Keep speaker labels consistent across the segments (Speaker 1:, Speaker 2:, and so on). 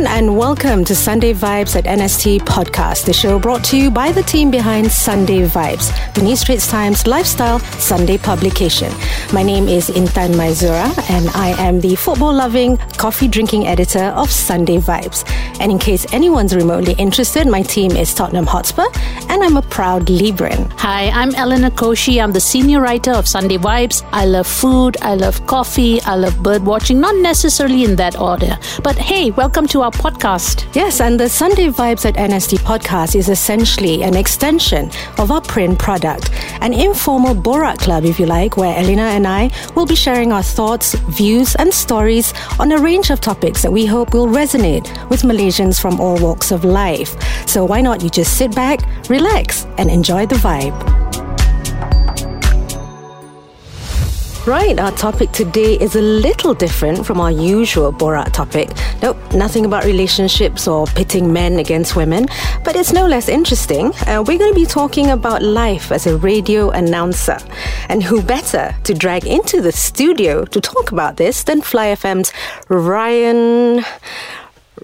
Speaker 1: Welcome to Sunday Vibes at NST Podcast, the show brought to you by the team behind Sunday Vibes, the New Straits Times lifestyle Sunday publication. My name is Intan Maizura, and I am the football loving, coffee drinking editor of Sunday Vibes. And in case anyone's remotely interested, my team is Tottenham Hotspur, and I'm a proud Libran.
Speaker 2: Hi, I'm Eleanor Koshi. I'm the senior writer of Sunday Vibes. I love food, I love coffee, I love bird watching, not necessarily in that order. But hey, welcome to our podcast.
Speaker 1: Yes, and the Sunday Vibes at NST podcast is essentially an extension of our print product, an informal Borat Club, if you like, where Elena and I will be sharing our thoughts, views, and stories on a range of topics that we hope will resonate with Malaysians from all walks of life. So why not you just sit back, relax, and enjoy the vibe? Right, our topic today is a little different from our usual Borat topic. Nope, nothing about relationships or pitting men against women, but it's no less interesting. Uh, we're going to be talking about life as a radio announcer. And who better to drag into the studio to talk about this than Fly FM's Ryan.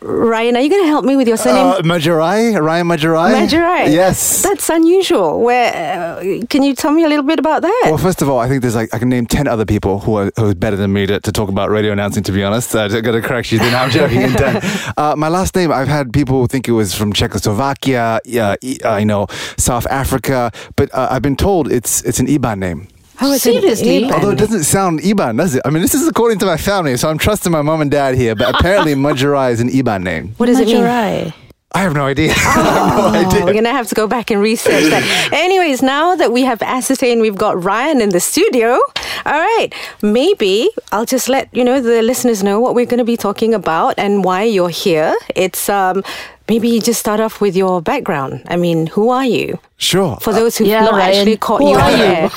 Speaker 1: Ryan, are you going to help me with your surname?
Speaker 3: Uh, Majurai? Ryan Majurai?
Speaker 1: Madurai.
Speaker 3: Yes.
Speaker 1: That's unusual. Where uh, can you tell me a little bit about that?
Speaker 3: well, first of all, I think there's like I can name ten other people who are who are better than me to, to talk about radio announcing. To be honest, uh, I got to correct you. Then I'm joking. and done. Uh, my last name, I've had people think it was from Czechoslovakia, uh, e- uh, you know, South Africa, but uh, I've been told it's it's an Iban name.
Speaker 1: Oh, it's an
Speaker 2: Seriously?
Speaker 1: Iban.
Speaker 3: Although it doesn't sound Iban, does it? I mean, this is according to my family, so I'm trusting my mom and dad here. But apparently, Majurai is an Iban name.
Speaker 1: what does it mean?
Speaker 2: Madurai.
Speaker 3: I have no idea. I have no idea.
Speaker 1: Oh, We're going to have to go back and research that. Anyways, now that we have ascertained we've got Ryan in the studio, all right, maybe I'll just let, you know, the listeners know what we're going to be talking about and why you're here. It's um maybe you just start off with your background. I mean, who are you?
Speaker 3: Sure.
Speaker 1: For those who've
Speaker 2: Yeah,
Speaker 1: not
Speaker 2: Ryan,
Speaker 1: actually caught
Speaker 2: who
Speaker 1: you
Speaker 2: are
Speaker 1: on
Speaker 2: you?
Speaker 1: air.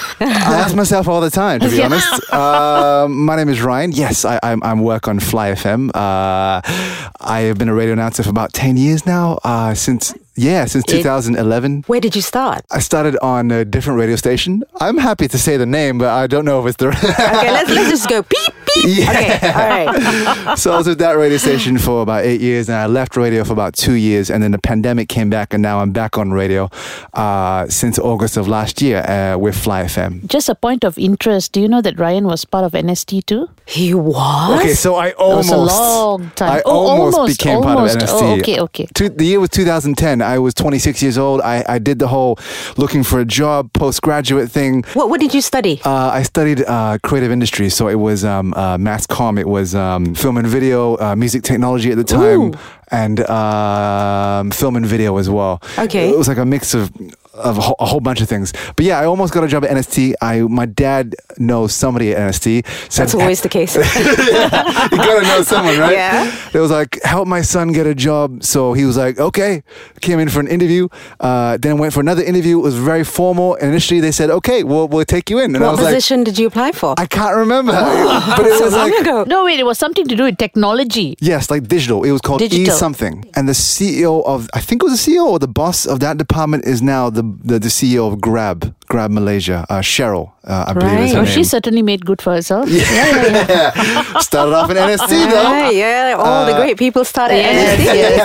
Speaker 3: I ask myself all the time, to be honest. Um, my name is Ryan. Yes, I, I'm, I'm work on Fly FM. Uh, I have been a radio announcer for about 10 years now, uh, since, yeah, since 2011.
Speaker 1: Where did you start?
Speaker 3: I started on a different radio station. I'm happy to say the name, but I don't know if it's the.
Speaker 1: Okay, let's, let's just go beep, beep.
Speaker 3: Yeah.
Speaker 1: Okay, all right.
Speaker 3: so I was at that radio station for about eight years, and I left radio for about two years, and then the pandemic came back, and now I'm back on radio uh, since August of last year uh, with Fly FM.
Speaker 2: Just a point of interest, do you know that Ryan was part of NST too?
Speaker 1: He was.
Speaker 3: Okay, so I
Speaker 2: That was
Speaker 3: almost
Speaker 2: a long time.
Speaker 3: I
Speaker 2: Oh,
Speaker 3: almost,
Speaker 2: almost,
Speaker 3: became part of
Speaker 2: almost.
Speaker 3: NST.
Speaker 2: Oh, okay, okay.
Speaker 3: Two, the year was 2010. I was 26 years old. I, I did the whole looking for a job, postgraduate thing.
Speaker 1: What, what did you study?
Speaker 3: Uh, I studied uh, creative industries, so it was um, uh, mass comm, it was um, film and video, uh, music technology at the time, and um, film and video as well.
Speaker 1: Okay.
Speaker 3: it was like a mix of of a whole, a whole bunch of things. But yeah, I almost got a job at NST. I my dad knows somebody at NST. Said,
Speaker 1: That's always the case.
Speaker 3: you gotta know someone, right?
Speaker 1: Yeah.
Speaker 3: It was like, help my son get a job. So he was like, okay. Came in for an interview, uh, then went for another interview. It was very formal. And initially they said, okay, we'll, we'll take you in. And I
Speaker 1: what
Speaker 3: was
Speaker 1: position did you apply for?
Speaker 3: like, I can't remember. but it was like,
Speaker 1: Long ago.
Speaker 2: No, wait, it was something to do with technology.
Speaker 3: Yes, like digital. It was called E
Speaker 2: Digital.
Speaker 3: something. And the CEO of, I think it was the CEO or the boss of that department is now the the, the CEO of Grab, Grab Malaysia, uh, Cheryl, uh, I believe is
Speaker 1: Right.
Speaker 3: her
Speaker 2: Oh,
Speaker 3: name.
Speaker 2: she certainly made good for herself.
Speaker 3: Started off in NST though.
Speaker 1: Right, yeah, all
Speaker 3: Uh,
Speaker 1: the great people started
Speaker 2: Yes,
Speaker 1: NST.
Speaker 2: yes,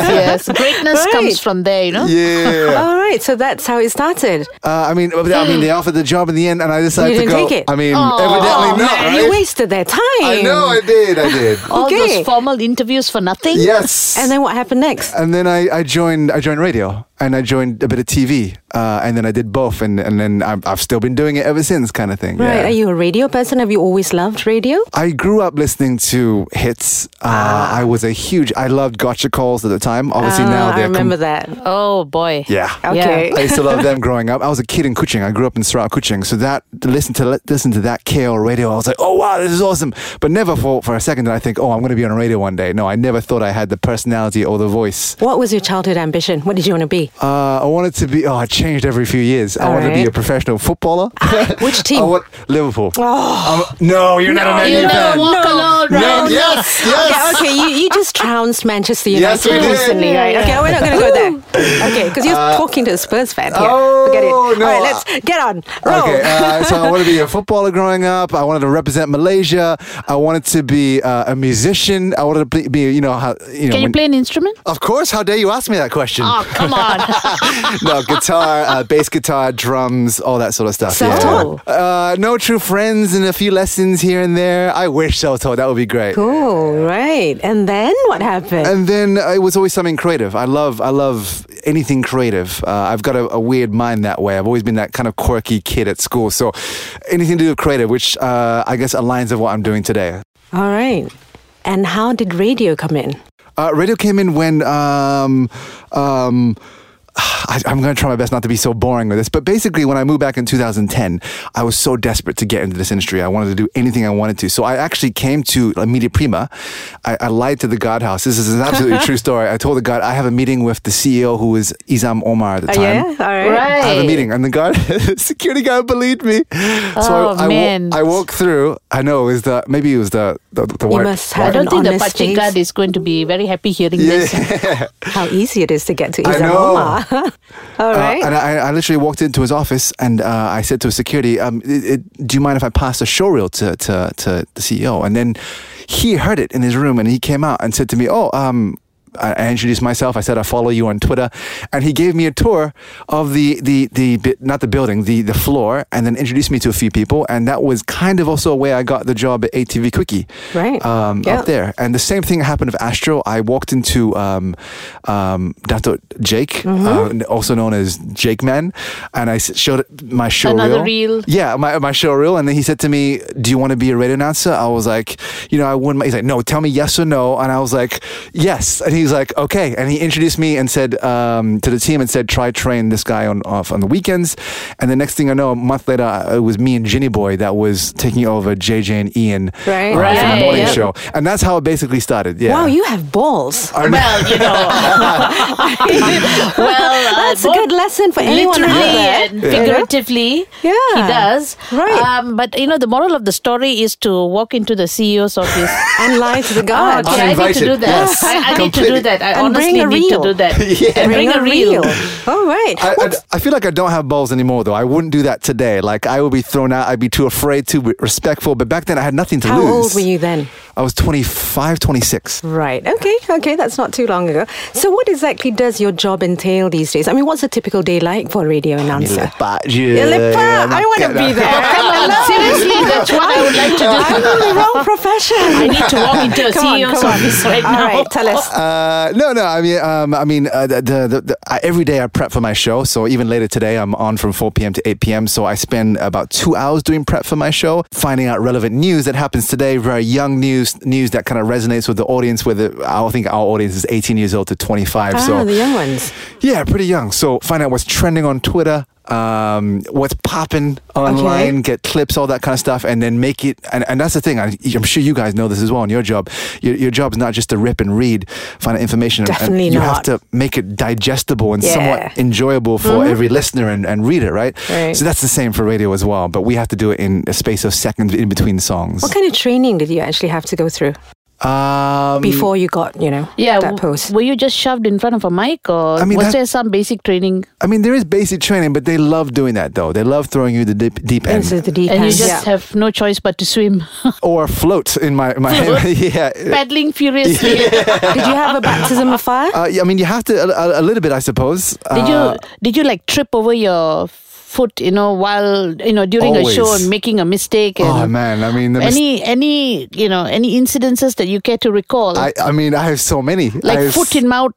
Speaker 2: yes. Greatness
Speaker 1: Right.
Speaker 2: comes from there, you know?
Speaker 3: Yeah.
Speaker 1: All right, so that's how it started.
Speaker 3: Uh, I mean, I mean, they offered the job in the end, and I decided
Speaker 1: Hmm. You
Speaker 3: to
Speaker 1: didn't
Speaker 3: go.
Speaker 1: take it?
Speaker 3: I mean,
Speaker 2: Aw.
Speaker 3: evidently not.
Speaker 1: man,
Speaker 3: right?
Speaker 1: Oh, you wasted their time.
Speaker 3: I know, I did, I did.
Speaker 2: All
Speaker 1: Okay.
Speaker 2: those formal interviews for nothing.
Speaker 3: yes.
Speaker 1: And then what happened next?
Speaker 3: and then I, I joined I joined radio and I joined a bit of TV uh, and then I did both and and then I've, I've still been doing it ever since kind of thing.
Speaker 1: Right,
Speaker 3: yeah.
Speaker 1: are you a radio person? Have you always loved radio?
Speaker 3: I grew up listening to hits. Uh, I was a huge. I loved Gotcha calls at the time. Obviously
Speaker 1: Ah,
Speaker 3: now
Speaker 1: I
Speaker 3: they're. com-
Speaker 1: remember that.
Speaker 2: Oh, boy.
Speaker 3: yeah.
Speaker 1: Okay.
Speaker 3: I used to love them growing up. I was a kid in Kuching. I grew up in Sarawak, Kuching. So that to listen to listen to that KL radio, I was like, oh wow, this is awesome. But never for for a second did I think, oh, I'm going to be on a radio one day. No, I never thought I had the personality or the voice.
Speaker 1: What was your childhood ambition? What did you want to be? be?
Speaker 3: Uh, I wanted to be. Oh, I changed every few years. I
Speaker 1: All
Speaker 3: wanted to be
Speaker 1: right.
Speaker 3: a professional footballer.
Speaker 1: Which team? Oh.
Speaker 3: I want Liverpool. I'm- no, you're not a Man
Speaker 2: Oh, You
Speaker 3: U
Speaker 2: never
Speaker 3: fan.
Speaker 2: walk alone,
Speaker 3: No,
Speaker 2: right?
Speaker 3: yes, yes.
Speaker 1: Okay, okay, you, you just trounced Manchester
Speaker 3: Yes,
Speaker 1: United
Speaker 3: we did.
Speaker 1: recently,
Speaker 3: Yeah,
Speaker 1: right? Okay, we're not going to go there. Okay, because you're talking to a Spurs fan here. Forget it.
Speaker 3: oh,
Speaker 1: All
Speaker 3: no,
Speaker 1: right,
Speaker 3: I-
Speaker 1: let's get on. Roll.
Speaker 3: Okay, uh, so I wanted to be a footballer growing up. I wanted to represent Malaysia. I wanted to be uh, a musician. I wanted to be, be you know, how, you know.
Speaker 2: Can you
Speaker 3: when-
Speaker 2: play an instrument?
Speaker 3: Of course. How dare you ask me that question?
Speaker 2: Oh, come on.
Speaker 3: no, guitar, uh, bass guitar, drums, all that sort of stuff.
Speaker 1: Self-taught?
Speaker 3: Yeah. Uh, no true friends and a few lessons here and there. I wish self-taught. That would be great.
Speaker 1: Cool, right. And then what happened?
Speaker 3: And then uh, it was always something creative. I love, I love anything creative. Uh, I've got a, a weird mind that way. I've always been that kind of quirky kid at school. So anything to do with creative, which uh, I guess aligns with what I'm doing today.
Speaker 1: All right. And how did radio come in?
Speaker 3: Uh, radio came in when um, um, I, I'm going to try my best not to be so boring with this, but basically, when I moved back in 2010, I was so desperate to get into this industry. I wanted to do anything I wanted to, so I actually came to La Media Prima. I, I lied to the God House. This is an absolutely true story. I told the God I have a meeting with the CEO who was Izam Omar at the
Speaker 1: Uh,
Speaker 3: time.
Speaker 1: yeah, all right.
Speaker 2: Right.
Speaker 3: I have a meeting, and the guard, security guard, believed me. So
Speaker 2: Oh,
Speaker 3: I, I, wa-
Speaker 2: man.
Speaker 3: I walked through. I know it was the maybe it was the the, the white.
Speaker 1: must
Speaker 3: white-
Speaker 2: I
Speaker 1: have
Speaker 2: don't think the
Speaker 1: honest
Speaker 2: Pachik
Speaker 1: face.
Speaker 2: guard is going to be very happy hearing this.
Speaker 1: How easy it is to get to
Speaker 3: I
Speaker 1: Islamoma. All
Speaker 3: Uh,
Speaker 1: right.
Speaker 3: and I, I literally walked into his office and uh, I said to security, um, it, it, "Do you mind if I pass the show reel to, to to the CEO?" And then he heard it in his room and he came out and said to me, "Oh, um." I I introduced myself. I said I follow you on Twitter, and he gave me a tour of the the the bi- not the building, the the floor, and then introduced me to a few people, and that was kind of also a way I got the job at ATV Quickie,
Speaker 1: Right.
Speaker 3: Um,
Speaker 1: Yeah.
Speaker 3: Up there there. And the same thing happened with Astro. I walked into um, um, Dato Jake,
Speaker 2: Mm-hmm.
Speaker 3: uh, n- also known as Jake Man, and I s- showed my show
Speaker 2: Another
Speaker 3: reel.
Speaker 2: reel.
Speaker 3: Yeah, my, my show reel. And then he said to me, Do you want to be a radio announcer? I was like, You know, I wouldn't. mi-" He's like, No, tell me yes or no. And I was like, Yes. And he's like, Okay. And he introduced me and said um, to the team and said, Try train this guy on off on the weekends. And the next thing I know, a month later, uh, it was me and Ginny Boy that was taking over JJ and Ian
Speaker 1: Right.
Speaker 3: uh, from the
Speaker 2: Right.
Speaker 3: morning
Speaker 2: Yep.
Speaker 3: show and that's how it basically started. Yeah.
Speaker 1: Wow, you have balls.
Speaker 2: well, you know. well, uh,
Speaker 1: That's a
Speaker 2: both
Speaker 1: good lesson for anyone out
Speaker 2: Literally
Speaker 1: there.
Speaker 2: and figuratively,
Speaker 1: Yeah.
Speaker 2: he does.
Speaker 1: Right.
Speaker 2: Um, but you know, the moral of the story is to walk into the CEO's office.
Speaker 1: And lie to the
Speaker 2: Ah,
Speaker 1: guard.
Speaker 2: okay, I need to
Speaker 3: Uninvited,
Speaker 2: do that.
Speaker 3: yes.
Speaker 2: I, I need to
Speaker 3: Completely.
Speaker 2: do that. I
Speaker 1: And
Speaker 2: honestly
Speaker 1: bring a
Speaker 2: need
Speaker 1: reel.
Speaker 2: to do that.
Speaker 3: Yeah.
Speaker 2: And bring, a reel.
Speaker 1: All right.
Speaker 3: I, I, I feel like I don't have balls anymore, though. I wouldn't do that today. Like, I would be thrown out. I'd be too afraid, too re- respectful. But back then, I had nothing to
Speaker 1: How
Speaker 3: lose.
Speaker 1: old were you then?
Speaker 3: I was 25, 26.
Speaker 1: Right. Okay. Okay. That's not too long ago. So, what exactly does your job entail these days? I mean, what's a typical day like for a radio announcer?
Speaker 3: Yeah,
Speaker 1: Lepak, I want to be there.
Speaker 2: Come on, seriously, that's what I would like to do.
Speaker 1: I'm in the wrong profession.
Speaker 2: I need to walk into a
Speaker 1: Come on,
Speaker 2: CEO's
Speaker 1: come on.
Speaker 2: office right now.
Speaker 1: All right. Tell us.
Speaker 3: Uh, no, no. I mean, um, I mean, uh, the, the, the, the, I, every day I prep for my show. So even later today, I'm on from 4 p.m. to 8 p.m. So I spend about two hours doing prep for my show, finding out relevant news that happens today, very young news, news that kind of resonates with the audience. Whether I think our audience is 18 years old to 25.
Speaker 1: Ah,
Speaker 3: so
Speaker 1: the young ones.
Speaker 3: yeah, pretty young. So find out what's trending on Twitter, um, what's popping online, get clips, all that kind of stuff, and then make it. And, and that's the thing. I, I'm sure you guys know this as well in your job. Your, your job's not just to rip and read, find out information. and-
Speaker 1: Definitely
Speaker 3: and you
Speaker 1: not.
Speaker 3: have to make it digestible and
Speaker 1: Yeah. Mm-hmm.
Speaker 3: somewhat enjoyable for every listener and, and reader, right?
Speaker 1: Right.
Speaker 3: So that's the same for radio as well. But we have to do it in a space of seconds in between songs.
Speaker 1: What kind of training did you actually have to go through
Speaker 3: Um,
Speaker 1: before you got, you know,
Speaker 2: Mm. Yeah,
Speaker 1: that
Speaker 2: w-
Speaker 1: post?
Speaker 2: were you just shoved in front of a mic, or
Speaker 3: I mean,
Speaker 2: was
Speaker 3: that-
Speaker 2: there some basic training
Speaker 3: I mean, there is basic training, but they love doing that though. They love throwing you the deep, deep end.
Speaker 1: Into the deep
Speaker 2: and you
Speaker 1: end.
Speaker 2: just
Speaker 1: yeah.
Speaker 2: have no choice but to swim,
Speaker 3: or float in my my yeah.
Speaker 2: paddling furiously?
Speaker 1: Did you have a baptism of fire?
Speaker 3: Uh, yeah, I mean, you have to a, a- a little bit, I suppose.
Speaker 2: Did
Speaker 3: Uh,
Speaker 2: you did you like trip over your foot, you know, while you know during a show
Speaker 3: Always.
Speaker 2: and making a mistake? And
Speaker 3: oh man, I mean, the mis-
Speaker 2: any any you know any incidences that you care to recall,
Speaker 3: I, I mean, I have so many.
Speaker 2: like
Speaker 3: I have
Speaker 2: foot in mouth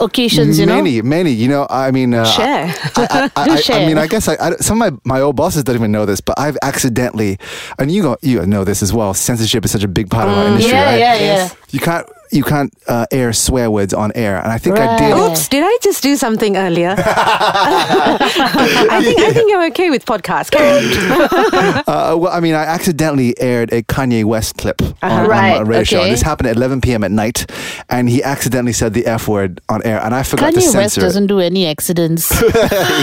Speaker 2: occasions, you know.
Speaker 3: many, many. You know, I mean, uh,
Speaker 1: Share.
Speaker 3: I, I,
Speaker 2: Do
Speaker 3: I, I
Speaker 2: share.
Speaker 3: mean, I guess I, I- some of my, my old bosses don't even know this, but I've accidentally, and you go, you know this as well. Censorship is such a big part of our industry,
Speaker 2: Mm, yeah,
Speaker 3: right?
Speaker 2: yeah, yeah. Yes.
Speaker 3: You can't. you can't uh, air swear words on air, and I think I did.
Speaker 2: Right.
Speaker 1: Oops, did I just do something earlier? I think I think I'm okay with podcasts. Carry on.
Speaker 3: Uh, well, I mean, I accidentally aired a Kanye West clip on,
Speaker 2: Uh-huh. Right,
Speaker 3: on a radio show.
Speaker 2: okay.
Speaker 3: This happened at 11 p.m. at night, and he accidentally said the F word on air, and I forgot to
Speaker 2: Kanye West
Speaker 3: censor it.
Speaker 2: doesn't do any accidents.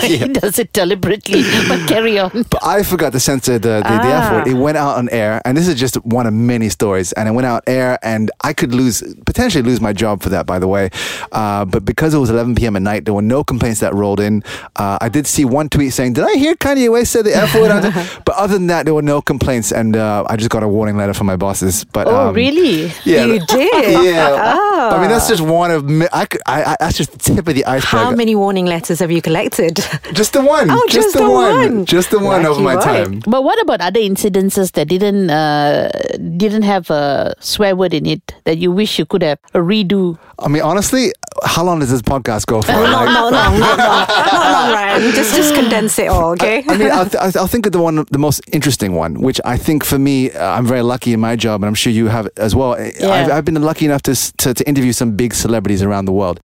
Speaker 2: he does it deliberately. But carry on.
Speaker 3: But I forgot to censor the, the, the F
Speaker 2: Ah.
Speaker 3: word. It went out on air, and this is just one of many stories. And it went out air, and I could lose potentially lose my job for that, by the way. Uh, but because it was 11 p.m. at night, there were no complaints that rolled in. Uh, I did see one tweet saying, "Did I hear Kanye West say the F word?" on air?" but other than that, there were no complaints, and uh, I just got a warning letter from my bosses. But
Speaker 2: Oh,
Speaker 3: um,
Speaker 2: really?
Speaker 3: Yeah,
Speaker 1: you
Speaker 3: th-
Speaker 1: did. Oh.
Speaker 3: Yeah, I mean that's just one of mi- I, could, I, I that's just the tip of the iceberg.
Speaker 1: How many warning letters have you collected?
Speaker 3: Just the one.
Speaker 1: Oh, just
Speaker 3: the
Speaker 1: the
Speaker 3: one.
Speaker 1: one.
Speaker 3: Just the one
Speaker 1: Lucky
Speaker 3: over my
Speaker 1: boy.
Speaker 3: time.
Speaker 2: But what about other incidences that didn't uh, didn't have a swear word in it that you wish you could have a redo?
Speaker 3: I mean, honestly, how long does this podcast go for?
Speaker 1: Not
Speaker 3: Like,
Speaker 1: long, not long, not long, not long, Ryan. Just just condense it all, okay?
Speaker 3: I mean, I'll, th- I'll- I'll think of the one, the most interesting one, which I think for me, uh, I'm very lucky in my job, and I'm sure you have as well. I-
Speaker 2: Yeah.
Speaker 3: I've, I've been lucky enough to, s- to to interview some big celebrities around the world.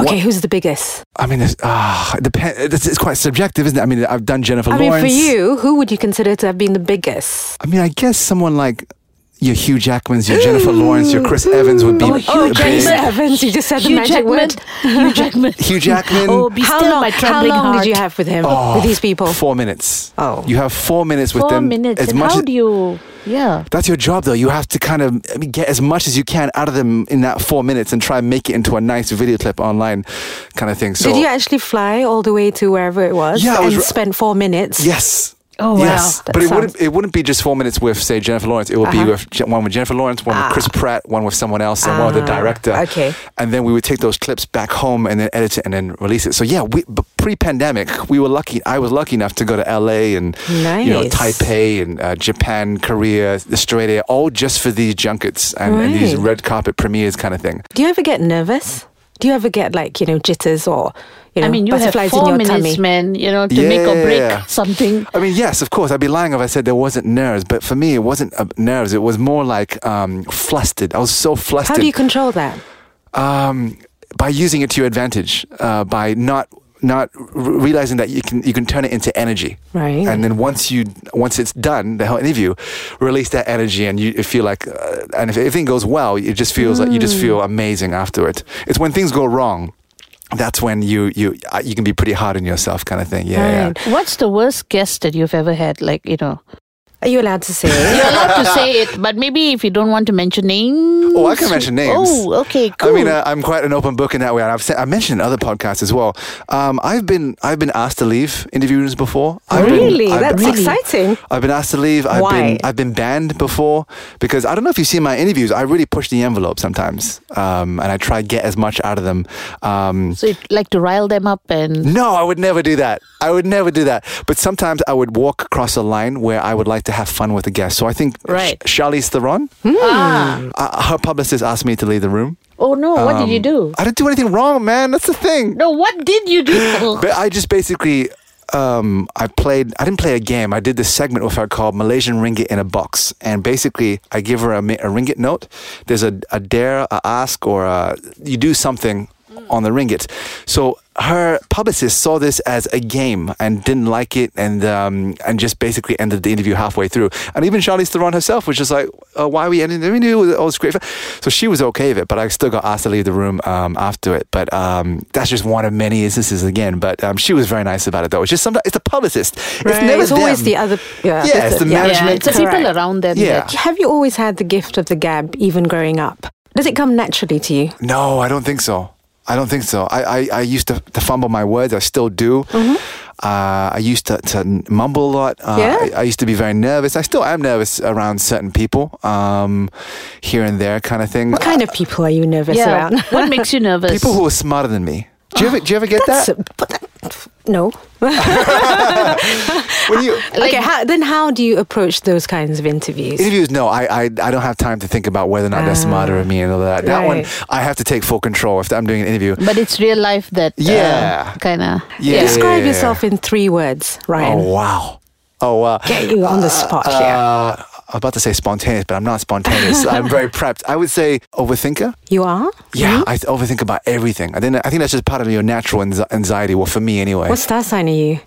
Speaker 1: Okay,
Speaker 3: what,
Speaker 1: who's the biggest?
Speaker 3: I mean, it's, uh, it depends. It's, it's quite subjective, isn't it? I mean, I've done Jennifer
Speaker 1: I mean,
Speaker 3: Lawrence.
Speaker 1: for you, who would you consider to have been the biggest?
Speaker 3: I mean, I guess someone like your Hugh Jackman's, your Jennifer Lawrence, your Chris Evans would be.
Speaker 2: Oh, Hugh
Speaker 3: big.
Speaker 2: Jackman.
Speaker 1: Evans, you just said the magic word.
Speaker 2: Hugh Jackman.
Speaker 3: Hugh Jackman.
Speaker 2: Oh, be
Speaker 1: How
Speaker 2: still
Speaker 1: long,
Speaker 2: my
Speaker 1: how
Speaker 2: trembling
Speaker 1: long
Speaker 2: heart.
Speaker 1: did you have with him,
Speaker 3: Oh,
Speaker 1: with these people?
Speaker 3: Four minutes.
Speaker 1: Oh.
Speaker 3: You have four minutes with
Speaker 2: Four
Speaker 3: them.
Speaker 2: minutes.
Speaker 3: As
Speaker 2: and
Speaker 3: much
Speaker 2: how
Speaker 3: as,
Speaker 2: do you? Yeah.
Speaker 3: that's your job, though. You have to kind of I mean, get as much as you can out of them in that four minutes and try and make it into a nice video clip online kind of thing. So,
Speaker 1: Did you actually fly all the way to wherever it was
Speaker 3: Yeah, I was
Speaker 1: and
Speaker 3: r-
Speaker 1: spend four minutes?
Speaker 3: Yes.
Speaker 2: Oh, wow.
Speaker 3: Yes,
Speaker 2: That
Speaker 3: but it
Speaker 2: sounds-
Speaker 3: wouldn't. It wouldn't be just four minutes with, say, Jennifer Lawrence. It would be
Speaker 1: Uh-huh.
Speaker 3: with Je- one with Jennifer Lawrence, one with Chris Pratt, one with someone else, and one with the
Speaker 1: Ah,
Speaker 3: director.
Speaker 1: okay.
Speaker 3: And then we would take those clips back home and then edit it and then release it. So yeah, we but pre-pandemic, we were lucky. I was lucky enough to go to LA and you know
Speaker 1: Nice.
Speaker 3: Taipei and uh, Japan, Korea, Australia, all just for these junkets and, and these
Speaker 1: Right.
Speaker 3: red carpet premieres kind of thing.
Speaker 1: Do you ever get nervous? Do you ever get like, you know, jitters or, you know,
Speaker 2: I mean, you have
Speaker 1: butterflies in
Speaker 2: four
Speaker 1: your
Speaker 2: minutes,
Speaker 1: tummy?
Speaker 2: man. You know, to make or
Speaker 3: Yeah.
Speaker 2: break something.
Speaker 3: I mean, yes, of course. I'd be lying if I said there wasn't nerves, but for me, it wasn't uh, nerves. It was more like um, flustered. I was so
Speaker 1: How
Speaker 3: flustered.
Speaker 1: do you control that?
Speaker 3: um, by using it to your advantage, uh, by not not re- realizing that you can you can turn it into energy.
Speaker 1: Right.
Speaker 3: And then once you once it's done, the whole interview, release that energy, and you, you feel like, uh, and if everything goes well, it just feels like you
Speaker 1: Mm.
Speaker 3: just feel amazing afterward. It's when things go wrong. That's when you you uh, you can be pretty hard on yourself, kind of thing. Yeah, yeah.
Speaker 1: Right.
Speaker 2: What's the worst guest that you've ever had? Like, you know,
Speaker 1: Are you allowed to say?
Speaker 2: you're allowed to say it, but maybe if you don't want to mention names.
Speaker 3: Oh, I can mention names.
Speaker 2: Oh, okay, cool.
Speaker 3: I mean, uh, I'm quite an open book in that way. And I've said, I mentioned in other podcasts as well. Um, I've been I've been asked to leave interview rooms before. I've been-
Speaker 1: really?
Speaker 3: I've-
Speaker 1: That's
Speaker 3: I've-
Speaker 1: exciting.
Speaker 3: I've been asked to leave. I've
Speaker 1: Why?
Speaker 3: been I've been banned before because I don't know if you've seen my interviews. I really push the envelope sometimes, um, and I try to get as much out of them. Um,
Speaker 2: so you like to rile them up and
Speaker 3: no, I would never do that. I would never do that. But sometimes I would walk across a line where I would like to have fun with a guest. So I think
Speaker 2: Right.
Speaker 3: Sh- Charlize Theron,
Speaker 2: ah.
Speaker 3: uh, her publicist asked me to leave the room.
Speaker 2: Oh no, what did you do?
Speaker 3: I didn't do anything wrong, man. That's the thing.
Speaker 2: No, what did you do?
Speaker 3: But I just basically, um, I played. I didn't play a game. I did this segment with her called Malaysian Ringgit in a Box, and basically, I give her a, mi- a ringgit note. There's a, a dare, a ask, or a, you do something on the ringgit. So her publicist saw this as a game and didn't like it, and um, and just basically ended the interview halfway through. And even Charlize Theron herself was just like, uh, "Why are we ending the interview?" All this great. fun." So she was okay with it, but I still got asked to leave the room um, after it. But um, that's just one of many instances again. But um, she was very nice about it, though. It's just sometimes it's the publicist. It's never
Speaker 1: it's always
Speaker 3: them.
Speaker 1: the other. Yeah,
Speaker 3: Yeah, it's the
Speaker 1: yeah.
Speaker 2: yeah,
Speaker 3: management.
Speaker 2: it's the people
Speaker 1: Correct.
Speaker 2: around them.
Speaker 3: Yeah.
Speaker 2: that-
Speaker 1: Have you always had the gift of the gab, even growing up? Does it come naturally to you?
Speaker 3: No, I don't think so. I don't think so. I, I, I used to, to fumble my words. I still do. Uh, I used to, to mumble a lot. Uh,
Speaker 1: Mm-hmm. Yeah?
Speaker 3: I, I used to be very nervous. I still am nervous around certain people, um, here and there, kind of thing.
Speaker 1: What kind of people are you nervous
Speaker 2: yeah.
Speaker 1: around?
Speaker 2: what makes you nervous?
Speaker 3: people who are smarter than me. Do you ever, do you ever get
Speaker 1: That's
Speaker 3: that?
Speaker 1: a- but that- no.
Speaker 3: When you
Speaker 1: okay, how, then how do you approach those kinds of interviews?
Speaker 3: interviews, no, I, I, I don't have time to think about whether or not they're smarter than me and all that. That one,
Speaker 1: Ah, Right.
Speaker 3: I have to take full control if I'm doing an interview.
Speaker 2: but it's real life that uh,
Speaker 3: Yeah.
Speaker 2: kinda
Speaker 3: Yeah.
Speaker 1: Describe yourself in three words, Ryan.
Speaker 3: Oh wow! Oh wow!
Speaker 1: Get you on the spot here.
Speaker 3: Uh, was about to say spontaneous, but I'm not spontaneous. I'm very prepped. I would say overthinker.
Speaker 1: You are?
Speaker 3: Yeah, I th- overthink about everything. I think I think that's just part of your natural anxi- anxiety. Well, for me anyway,
Speaker 1: What star sign are you?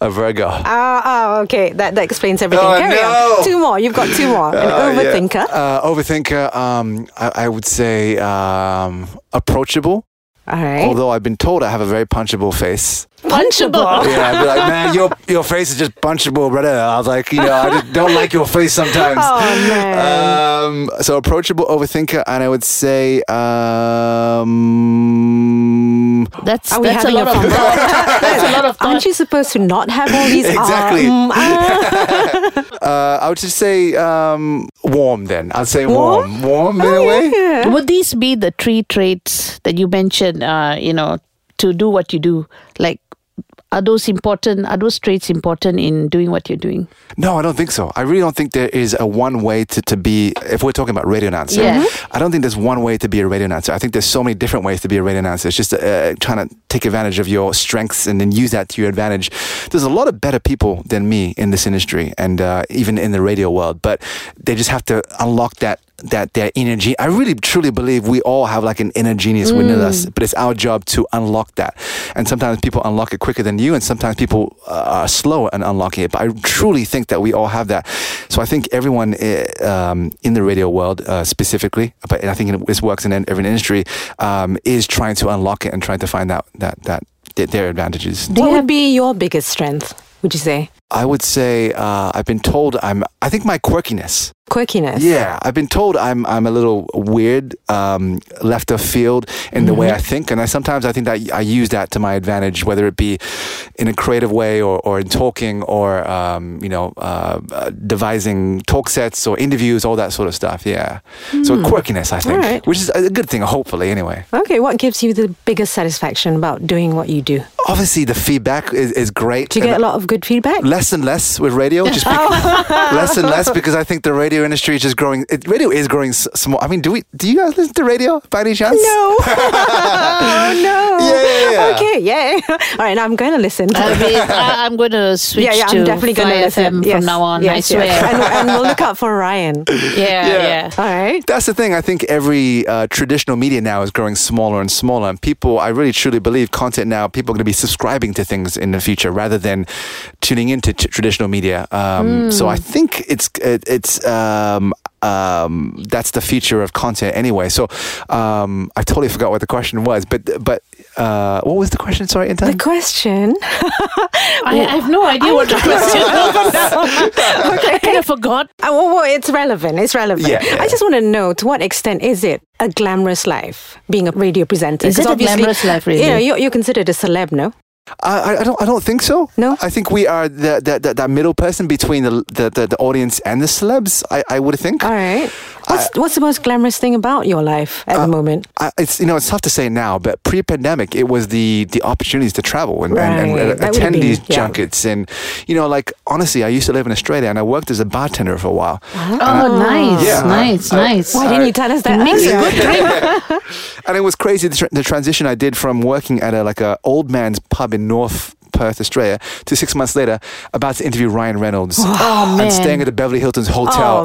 Speaker 3: a Virgo.
Speaker 1: Ah, ah, okay. That, that explains everything.
Speaker 3: Oh,
Speaker 1: Carry
Speaker 3: no.
Speaker 1: on. Two more. You've got two more. An
Speaker 3: Uh, yeah.
Speaker 1: overthinker.
Speaker 3: Uh, overthinker. Um, I, I would say um, approachable.
Speaker 1: All right.
Speaker 3: Although I've been told I have a very punchable face.
Speaker 2: Punchable.
Speaker 3: Yeah, I'd be like, man, your your face is just punchable, brother. I was like, you know, I just don't like your face sometimes.
Speaker 1: Oh, man.
Speaker 3: Um, so approachable, overthinker, and I would say, um,
Speaker 2: That's
Speaker 1: Are we
Speaker 2: that's a
Speaker 1: having a
Speaker 2: lot of
Speaker 1: fun
Speaker 2: thought. that's a lot of
Speaker 1: Aren't
Speaker 2: thought.
Speaker 1: you supposed to not have all these? ah,
Speaker 3: Exactly.
Speaker 1: mm, ah?
Speaker 3: uh, I would just say um, warm. Then I'd say warm,
Speaker 1: Warm? Oh,
Speaker 3: warm, in a way.
Speaker 1: Yeah.
Speaker 2: Would these be the three traits that you mentioned? Uh, you know, to do what you do, like. Are those important? Are those traits important in doing what you're doing?
Speaker 3: No, I don't think so. I really don't think there is a one way to, to be, if we're talking about radio announcer,
Speaker 2: Yeah.
Speaker 3: I don't think there's one way to be a radio announcer. I think there's so many different ways to be a radio announcer. It's just uh, trying to take advantage of your strengths and then use that to your advantage. There's a lot of better people than me in this industry and uh, even in the radio world, but they just have to unlock that that their inner genius. I really truly believe we all have like an inner genius within us, but it's our job to unlock that. And sometimes people unlock it quicker than you, and sometimes people uh, are slower in unlocking it. But I truly think that we all have that. So I think everyone eh, um, in the radio world uh, specifically, but I think it- this works in every industry, um, is trying to unlock it and trying to find out that that th- their advantages.
Speaker 1: What would be your biggest strength? Would you say
Speaker 3: I would say uh, I've been told I'm. I think my quirkiness.
Speaker 1: quirkiness?
Speaker 3: Yeah, I've been told I'm I'm a little weird, um, left of field in the
Speaker 1: Mm-hmm.
Speaker 3: way I think, and I sometimes I think that I use that to my advantage, whether it be in a creative way or, or in talking or um, you know uh, uh, devising talk sets or interviews, all that sort of stuff. Yeah, so
Speaker 1: Hmm.
Speaker 3: quirkiness, I think,
Speaker 1: Alright.
Speaker 3: which is a good thing, hopefully. Anyway,
Speaker 1: Okay. What gives you the biggest satisfaction about doing what you do?
Speaker 3: obviously the feedback is, is great.
Speaker 1: Do you get
Speaker 3: and
Speaker 1: a lot of good feedback?
Speaker 3: less and less with radio. Just bec- less and less because I think the radio industry is just growing. It, radio is growing s- small. I mean, do we? Do you guys listen to radio by any chance?
Speaker 1: No. oh, no.
Speaker 3: Yeah.
Speaker 1: Okay. Yeah. All right. Now I'm going to listen. To
Speaker 2: I mean, I, I'm going to switch
Speaker 1: yeah, yeah,
Speaker 2: to
Speaker 1: I'm definitely going
Speaker 2: Fly
Speaker 1: to listen
Speaker 2: FM from now on. I
Speaker 1: yes,
Speaker 2: swear.
Speaker 1: yes. And, and we'll look out for Ryan. All
Speaker 2: yeah,
Speaker 3: Yeah.
Speaker 2: yeah.
Speaker 1: right.
Speaker 3: That's the thing. I think every uh, traditional media now is growing smaller and smaller. And people, I really truly believe content now, people are going to be subscribing to things in the future rather than tuning into t- traditional media.
Speaker 1: Hmm.
Speaker 3: Um, So I think it's, it, it's, um, um, that's the future of content anyway. So um, I totally forgot what the question was, but, but uh, what was the question? Sorry, Intan?
Speaker 1: The question.
Speaker 2: I, I have no idea what the question was. I kind of forgot.
Speaker 1: Uh, well, well, it's relevant. It's relevant.
Speaker 3: Yeah, yeah.
Speaker 1: I just want to know to what extent is it a glamorous life being a radio presenter?
Speaker 2: Is it
Speaker 1: 'Cause
Speaker 2: a
Speaker 1: obviously,
Speaker 2: glamorous life, really?
Speaker 1: You know, you're, you're considered a celeb, no?
Speaker 3: I, I- I don't. I don't think so.
Speaker 1: No?
Speaker 3: I think we are the, the, the that middle person between the the, the, the audience and the celebs. I, I would think.
Speaker 1: All right.
Speaker 3: Uh,
Speaker 1: What's, what's the most glamorous thing about your life at the moment?
Speaker 3: I, it's you know it's tough to say now, but pre-pandemic it was the the opportunities to travel and, and, and,
Speaker 1: Right. That
Speaker 3: uh,
Speaker 1: would have
Speaker 3: attend
Speaker 1: been-
Speaker 3: these
Speaker 1: yeah.
Speaker 3: junkets and you know like honestly I used to live in Australia and I worked as a bartender for a while.
Speaker 1: Uh-huh.
Speaker 2: Oh, nice,
Speaker 3: Yeah,
Speaker 2: nice,
Speaker 3: I-
Speaker 2: nice.
Speaker 1: Why didn't you tell us that?
Speaker 2: Makes
Speaker 1: earlier?
Speaker 2: a good drink.
Speaker 3: and it was crazy the, tr the transition I did from working at a like a old man's pub in North Perth, Australia, to six months later about to interview Ryan Reynolds and
Speaker 2: man.
Speaker 3: staying at the Beverly Hilton's hotel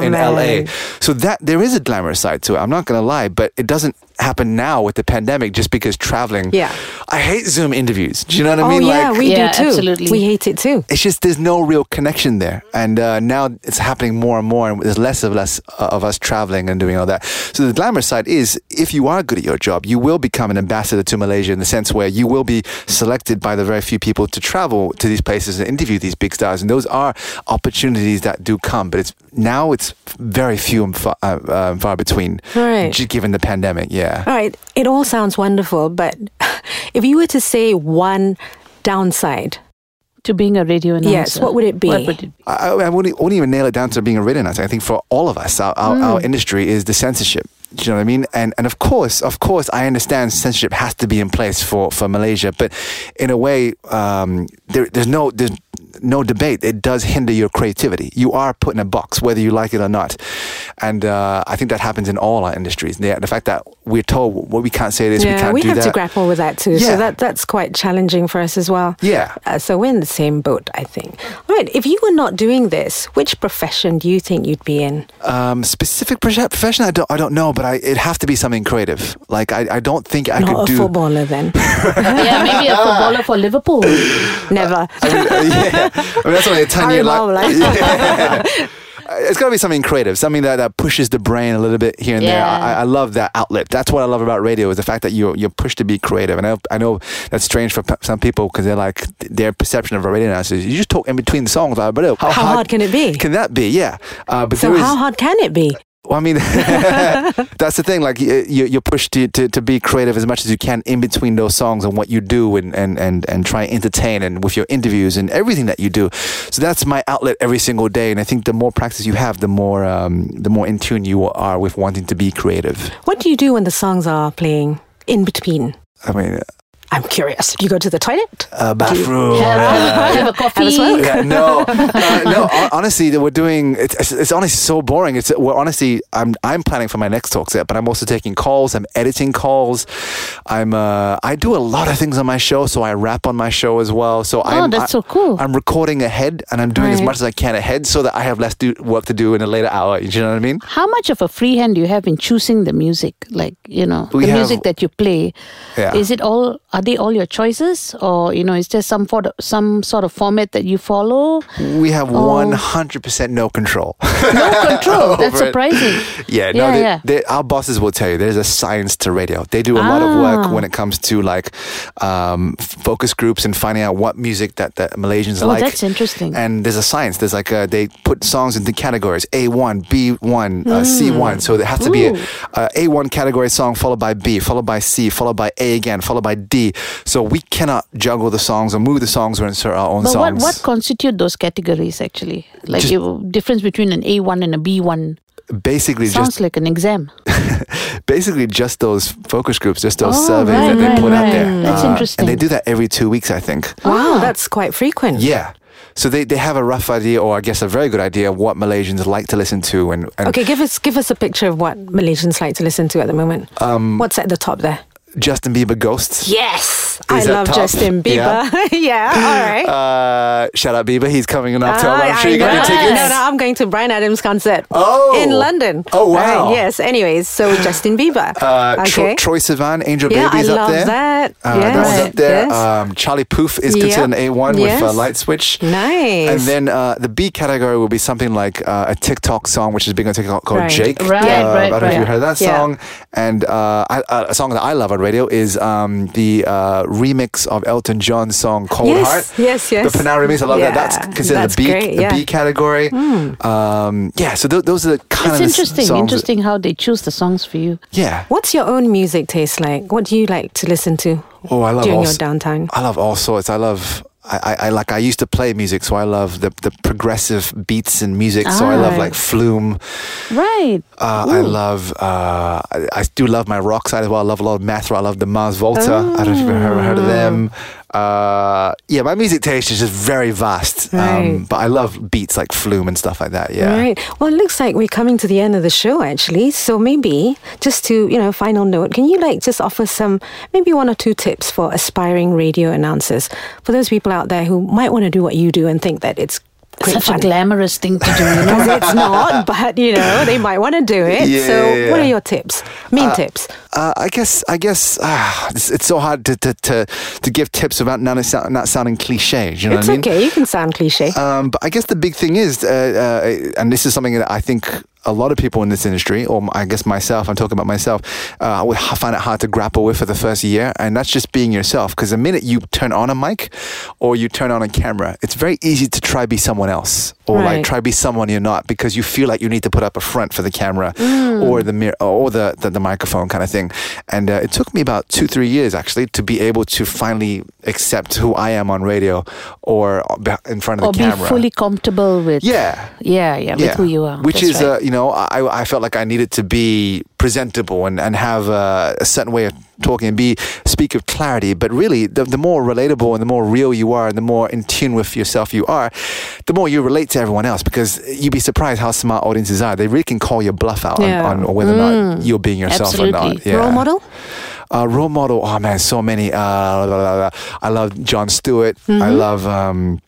Speaker 1: Oh,
Speaker 3: in
Speaker 1: man.
Speaker 3: LA. So that there is a glamorous side to it. I'm not gonna lie, but it doesn't happen now with the pandemic just because traveling.
Speaker 1: Yeah.
Speaker 3: I hate Zoom interviews. Do you know what I
Speaker 1: Oh,
Speaker 3: mean?
Speaker 1: yeah,
Speaker 3: like
Speaker 1: we
Speaker 2: Yeah,
Speaker 1: do too.
Speaker 2: absolutely.
Speaker 1: We hate it too.
Speaker 3: it's just there's no real connection there, and uh, now it's happening more and more, and there's less of less uh, of us traveling and doing all that. So the glamorous side is, if you are good at your job, you will become an ambassador to Malaysia in the sense where you will be selected by the very few people to travel to these places and interview these big stars, and those are opportunities that do come. But it's now it's very few and far, uh, uh, far between,
Speaker 1: Right.
Speaker 3: just given the pandemic. Yeah.
Speaker 1: All right. It all sounds wonderful, but if you were to say one downside,
Speaker 2: to being a radio announcer.
Speaker 1: Yes, what would it be?
Speaker 2: What would it be?
Speaker 3: I, I I wouldn't, wouldn't even nail it down to being a written answer. I think for all of us, our, our,
Speaker 1: Mm.
Speaker 3: our industry is the censorship. Do you know what I mean? And and of course, of course, I understand censorship has to be in place for, for Malaysia, but in a way, um, there, there's no there's no debate. It does hinder your creativity. You are put in a box, whether you like it or not. And uh, I think that happens in all our industries. The, the fact that we're told, well, we can't say this, we
Speaker 1: yeah,
Speaker 3: can't
Speaker 1: we
Speaker 3: do
Speaker 1: have
Speaker 3: that.
Speaker 1: to grapple with that too.
Speaker 3: Yeah.
Speaker 1: So that that's quite challenging for us as well.
Speaker 3: Yeah.
Speaker 1: Uh, so we're in the same boat, I think. All right. If you were not doing this, which profession do you think you'd be in?
Speaker 3: um, specific proje- profession, I don't, I don't know, but I, it'd have to be something creative. Like, I, I don't think I could
Speaker 1: not a
Speaker 3: do.
Speaker 1: footballer, then.
Speaker 2: yeah, maybe a footballer for Liverpool.
Speaker 1: Never.
Speaker 3: I mean, uh, yeah. I mean, that's only a 10 year
Speaker 1: Harry Maguire,
Speaker 3: life.
Speaker 1: like-
Speaker 3: Yeah. It's got to be something creative, something that, that pushes the brain a little bit here and there.
Speaker 2: Yeah.
Speaker 3: I, I love that outlet. That's what I love about radio is the fact that you're, you're pushed to be creative. And I, I know that's strange for p- some people because they're like, their perception of a radio announcer is you just talk in between songs. Like, but how,
Speaker 1: How hard can it be?
Speaker 3: Can that be? Yeah. Uh, but
Speaker 1: so
Speaker 3: there is-
Speaker 1: how hard can it be?
Speaker 3: well, I mean, that's the thing. Like, y- you, you're pushed to, to, to be creative as much as you can in between those songs and what you do and, and, and, and try and entertain and with your interviews and everything that you do. So that's my outlet every single day. And I think the more practice you have, the more, um, the more in tune you are with wanting to be creative.
Speaker 1: What do you do when the songs are playing in between?
Speaker 3: I mean,
Speaker 1: I'm curious. Do you go to the toilet?
Speaker 3: uh, bathroom.
Speaker 2: Have, have a coffee.
Speaker 1: smoke.
Speaker 3: yeah, no, uh, no. hon- Honestly, that we're doing. It's, it's, it's honestly so boring. It's we're honestly. I'm I'm planning for my next talk set, but I'm also taking calls. I'm editing calls. I'm. Uh, I do a lot of things on my show, so I rap on my show as well. So
Speaker 2: Oh,
Speaker 3: I'm,
Speaker 2: that's
Speaker 3: I-
Speaker 2: so cool.
Speaker 3: I'm recording ahead, and I'm doing as
Speaker 1: Right.
Speaker 3: much as I can ahead, so that I have less do, work to do in a later hour. You know what I mean?
Speaker 2: How much of a free hand do you have in choosing the music? Like, you know,
Speaker 3: We
Speaker 2: the
Speaker 3: have-
Speaker 2: music that you play.
Speaker 3: Yeah.
Speaker 2: Is it all are they all your choices? Or, you know, is there some for, some sort of format that you follow?
Speaker 3: We have
Speaker 2: Oh.
Speaker 3: 100% no control.
Speaker 2: No control. That's
Speaker 3: Over it.
Speaker 2: surprising.
Speaker 3: Yeah, no,
Speaker 2: Yeah,
Speaker 3: they,
Speaker 2: yeah.
Speaker 3: They, our bosses will tell you there's a science to radio. They do a lot of
Speaker 2: Ah.
Speaker 3: work when it comes to like um, f- focus groups and finding out what music that, that Malaysians
Speaker 2: Oh,
Speaker 3: like.
Speaker 2: that's interesting.
Speaker 3: And there's a science. There's like uh they put songs into categories A1, B1, uh, C1. So there has to be a,
Speaker 2: Mm. Ooh.
Speaker 3: a A1 category song followed by B, followed by C, followed by A again, followed by D. So we cannot juggle the songs or move the songs or insert our own
Speaker 2: But what,
Speaker 3: songs.
Speaker 2: what constitute those categories actually? Like
Speaker 3: Just-
Speaker 2: it- difference between an A one and a B one
Speaker 3: Basically,
Speaker 2: sounds
Speaker 3: just
Speaker 2: like an exam.
Speaker 3: basically just those focus groups, just those
Speaker 2: Oh,
Speaker 3: surveys
Speaker 2: right,
Speaker 3: that they
Speaker 2: right,
Speaker 3: put out
Speaker 2: right.
Speaker 3: there. Uh,
Speaker 2: That's interesting.
Speaker 3: And they do that every two weeks, I think.
Speaker 1: Wow, that's quite frequent.
Speaker 3: Ah. Yeah. So they, they have a rough idea, or I guess a very good idea, of what Malaysians like to listen to. And, and
Speaker 1: Okay, give us give us a picture of what Malaysians like to listen to at the moment. Um, What's at the top there?
Speaker 3: Justin Bieber Ghosts.
Speaker 1: Yes,
Speaker 3: Is
Speaker 1: I
Speaker 3: that
Speaker 1: love
Speaker 3: top?
Speaker 1: Justin Bieber.
Speaker 3: Yeah.
Speaker 1: Yeah, all right.
Speaker 3: Uh, shout out Bieber, he's coming in October.
Speaker 1: Ah,
Speaker 3: I'm sure you
Speaker 1: I
Speaker 3: got your
Speaker 1: know.
Speaker 3: tickets.
Speaker 1: No, no, I'm going to Brian Adams' concert.
Speaker 3: Oh.
Speaker 1: in London.
Speaker 3: Oh, wow.
Speaker 1: Uh, yes. Anyways, so Justin Bieber.
Speaker 3: Uh, Tro-
Speaker 1: okay.
Speaker 3: Troy Sivan, Angel
Speaker 1: Yeah,
Speaker 3: Baby is
Speaker 1: I
Speaker 3: up
Speaker 1: love
Speaker 3: there.
Speaker 1: that.
Speaker 3: Uh, That one's
Speaker 1: Yes.
Speaker 3: up there.
Speaker 1: Yes.
Speaker 3: Um, Charlie Poof is considered
Speaker 1: Yep.
Speaker 3: an A1 with uh,
Speaker 1: Yes.
Speaker 3: Light Switch.
Speaker 1: Nice.
Speaker 3: And then uh, the B category will be something like uh, a TikTok song, which is big on TikTok called
Speaker 1: Right.
Speaker 3: Jake.
Speaker 2: Right,
Speaker 3: uh, I
Speaker 2: right,
Speaker 3: don't know if you
Speaker 2: right.
Speaker 3: heard that
Speaker 1: Yeah.
Speaker 3: song. And uh, I, uh, a song that I love on radio is um, the uh, remix of Elton John's song Cold
Speaker 1: Yes,
Speaker 3: Heart.
Speaker 1: yes, yes.
Speaker 3: The Panam remix. I love
Speaker 1: Yeah,
Speaker 3: that. That's considered
Speaker 1: that's
Speaker 3: the, B,
Speaker 1: great,
Speaker 3: the
Speaker 1: yeah. Hmm.
Speaker 3: B category. Um, yeah, so th- those are the kind
Speaker 2: It's
Speaker 3: of s-
Speaker 2: interesting.
Speaker 3: songs.
Speaker 2: Interesting how they choose the songs for you.
Speaker 3: Yeah.
Speaker 1: What's your own music taste like? What do you like to listen to
Speaker 3: Oh, I love
Speaker 1: during
Speaker 3: all
Speaker 1: your
Speaker 3: s-
Speaker 1: downtime?
Speaker 3: I love all sorts. I love. I, I, I like I used to play music, so I love the, the progressive beats and music. so I love
Speaker 1: Ah.
Speaker 3: like Flume.
Speaker 2: Right.
Speaker 3: Uh, I love. Uh, I, I do love my rock side as well. I love a lot of Mathra. I love the Mars Volta. I don't know if you've ever
Speaker 1: Ah.
Speaker 3: heard of them. Uh, yeah, my music taste is just very vast. Um,
Speaker 1: Right.
Speaker 3: but I love beats like Flume and stuff like that. Yeah.
Speaker 1: Right. Well, it looks like we're coming to the end of the show, actually. So maybe just to, you know, final note, can you like just offer some, maybe one or two tips for aspiring radio announcers for those people out there who might want to do what you do and think that it's great
Speaker 2: Such
Speaker 1: fun.
Speaker 2: a glamorous thing to do. You know?
Speaker 1: Because it's not, but you know, they might want to do it.
Speaker 3: Yeah.
Speaker 1: So, what are your tips? Main tips.
Speaker 3: Uh, I guess I guess ah, it's, it's so hard to, to, to, to give tips without not, not sounding cliche. You know
Speaker 1: It's
Speaker 3: what I mean?
Speaker 1: okay. You can sound cliche.
Speaker 3: Um, but I guess the big thing is, uh, uh, and this is something that I think a lot of people in this industry, or I guess myself, I'm talking about myself, uh, I would h- find it hard to grapple with for the first year, and that's just being yourself. Because the minute you turn on a mic or you turn on a camera, it's very easy to try be someone else or like
Speaker 1: Right.
Speaker 3: try be someone you're not because you feel like you need to put up a front for the camera
Speaker 1: Mm.
Speaker 3: or the mirror or the, the the microphone kind of thing. And uh, it took me about two three years actually to be able to finally accept who I am on radio or be- in front of
Speaker 2: or
Speaker 3: the
Speaker 2: be
Speaker 3: camera.
Speaker 2: fully comfortable with
Speaker 3: Yeah.
Speaker 2: yeah yeah, with who you are
Speaker 3: Which
Speaker 2: That's
Speaker 3: is,
Speaker 2: right.
Speaker 3: uh, you you know, I, I felt like I needed to be presentable and, and have uh, a, a certain way of talking and be speak of clarity. But really, the, the more relatable and the more real you are, and the more in tune with yourself you are, the more you relate to everyone else because you'd be surprised how smart audiences are. They really can call your bluff out
Speaker 1: Yeah.
Speaker 3: on, on whether or not you're being yourself or not.
Speaker 2: Mm. Absolutely.
Speaker 1: Role model?
Speaker 3: Uh, role model. Oh man, so many. Uh, la, la, la, la. I love John Stewart. I love. Um,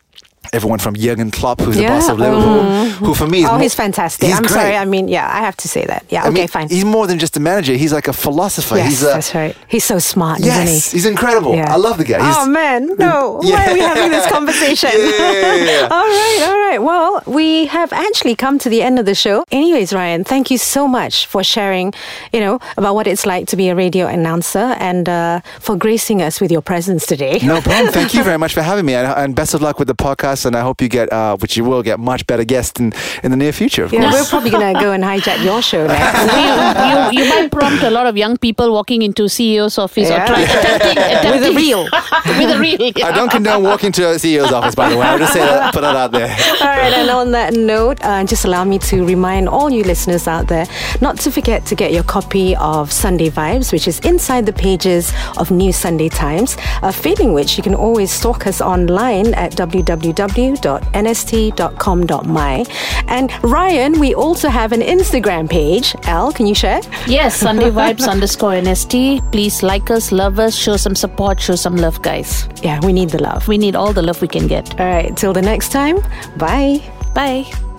Speaker 3: Everyone from Jurgen Klopp, who's the boss
Speaker 1: Mm-hmm. Yeah.
Speaker 3: of Liverpool, who for me is
Speaker 1: Oh,
Speaker 3: mo-
Speaker 1: he's fantastic.
Speaker 3: he's
Speaker 1: I'm
Speaker 3: great.
Speaker 1: sorry. I mean, yeah, I have to say that. Yeah,
Speaker 3: I
Speaker 1: okay,
Speaker 3: mean,
Speaker 1: fine.
Speaker 3: He's more than just a manager. He's like a philosopher.
Speaker 1: yes,
Speaker 3: he's a
Speaker 1: that's right. He's so smart,
Speaker 3: yes.
Speaker 1: isn't
Speaker 3: He's incredible.
Speaker 1: he? Yeah.
Speaker 3: I love the guy.
Speaker 1: oh
Speaker 3: He's,
Speaker 1: man, no! Why are we having this conversation?
Speaker 3: Yeah, yeah, yeah, yeah.
Speaker 1: all right, all right. Well, we have actually come to the end of the show. Anyways, Ryan, thank you so much for sharing, you know, about what it's like to be a radio announcer and uh, for gracing us with your presence today.
Speaker 3: no problem. Thank you very much for having me, and, and best of luck with the podcast. And I hope you get, uh, which you will get, much better guests in, in the near future. Of
Speaker 1: Yeah,
Speaker 3: course.
Speaker 1: we're probably gonna go and hijack your show next.
Speaker 2: you, you, you might prompt a lot of young people walking into CEO's office
Speaker 1: Yeah.
Speaker 2: or trying, attempting, attempting
Speaker 1: With a reel.
Speaker 2: with a reel.
Speaker 3: I don't condone walking to a CEO's office, by the way. I'll just say that, put that out there.
Speaker 1: All right, and on that note, uh, just allow me to remind all you listeners out there not to forget to get your copy of Sunday Vibes, which is inside the pages of New Sunday Times, uh, failing which you can always stalk us online at www.nst.com.my. And Ryan, we also have an Instagram page. Al, can you share?
Speaker 2: Yes, Sunday Vibes underscore NST. Please like us, love us, show some support, show some love, guys.
Speaker 1: Yeah, we need the love.
Speaker 2: We need all the love we can get.
Speaker 1: All right, till the next time, bye.
Speaker 2: Bye.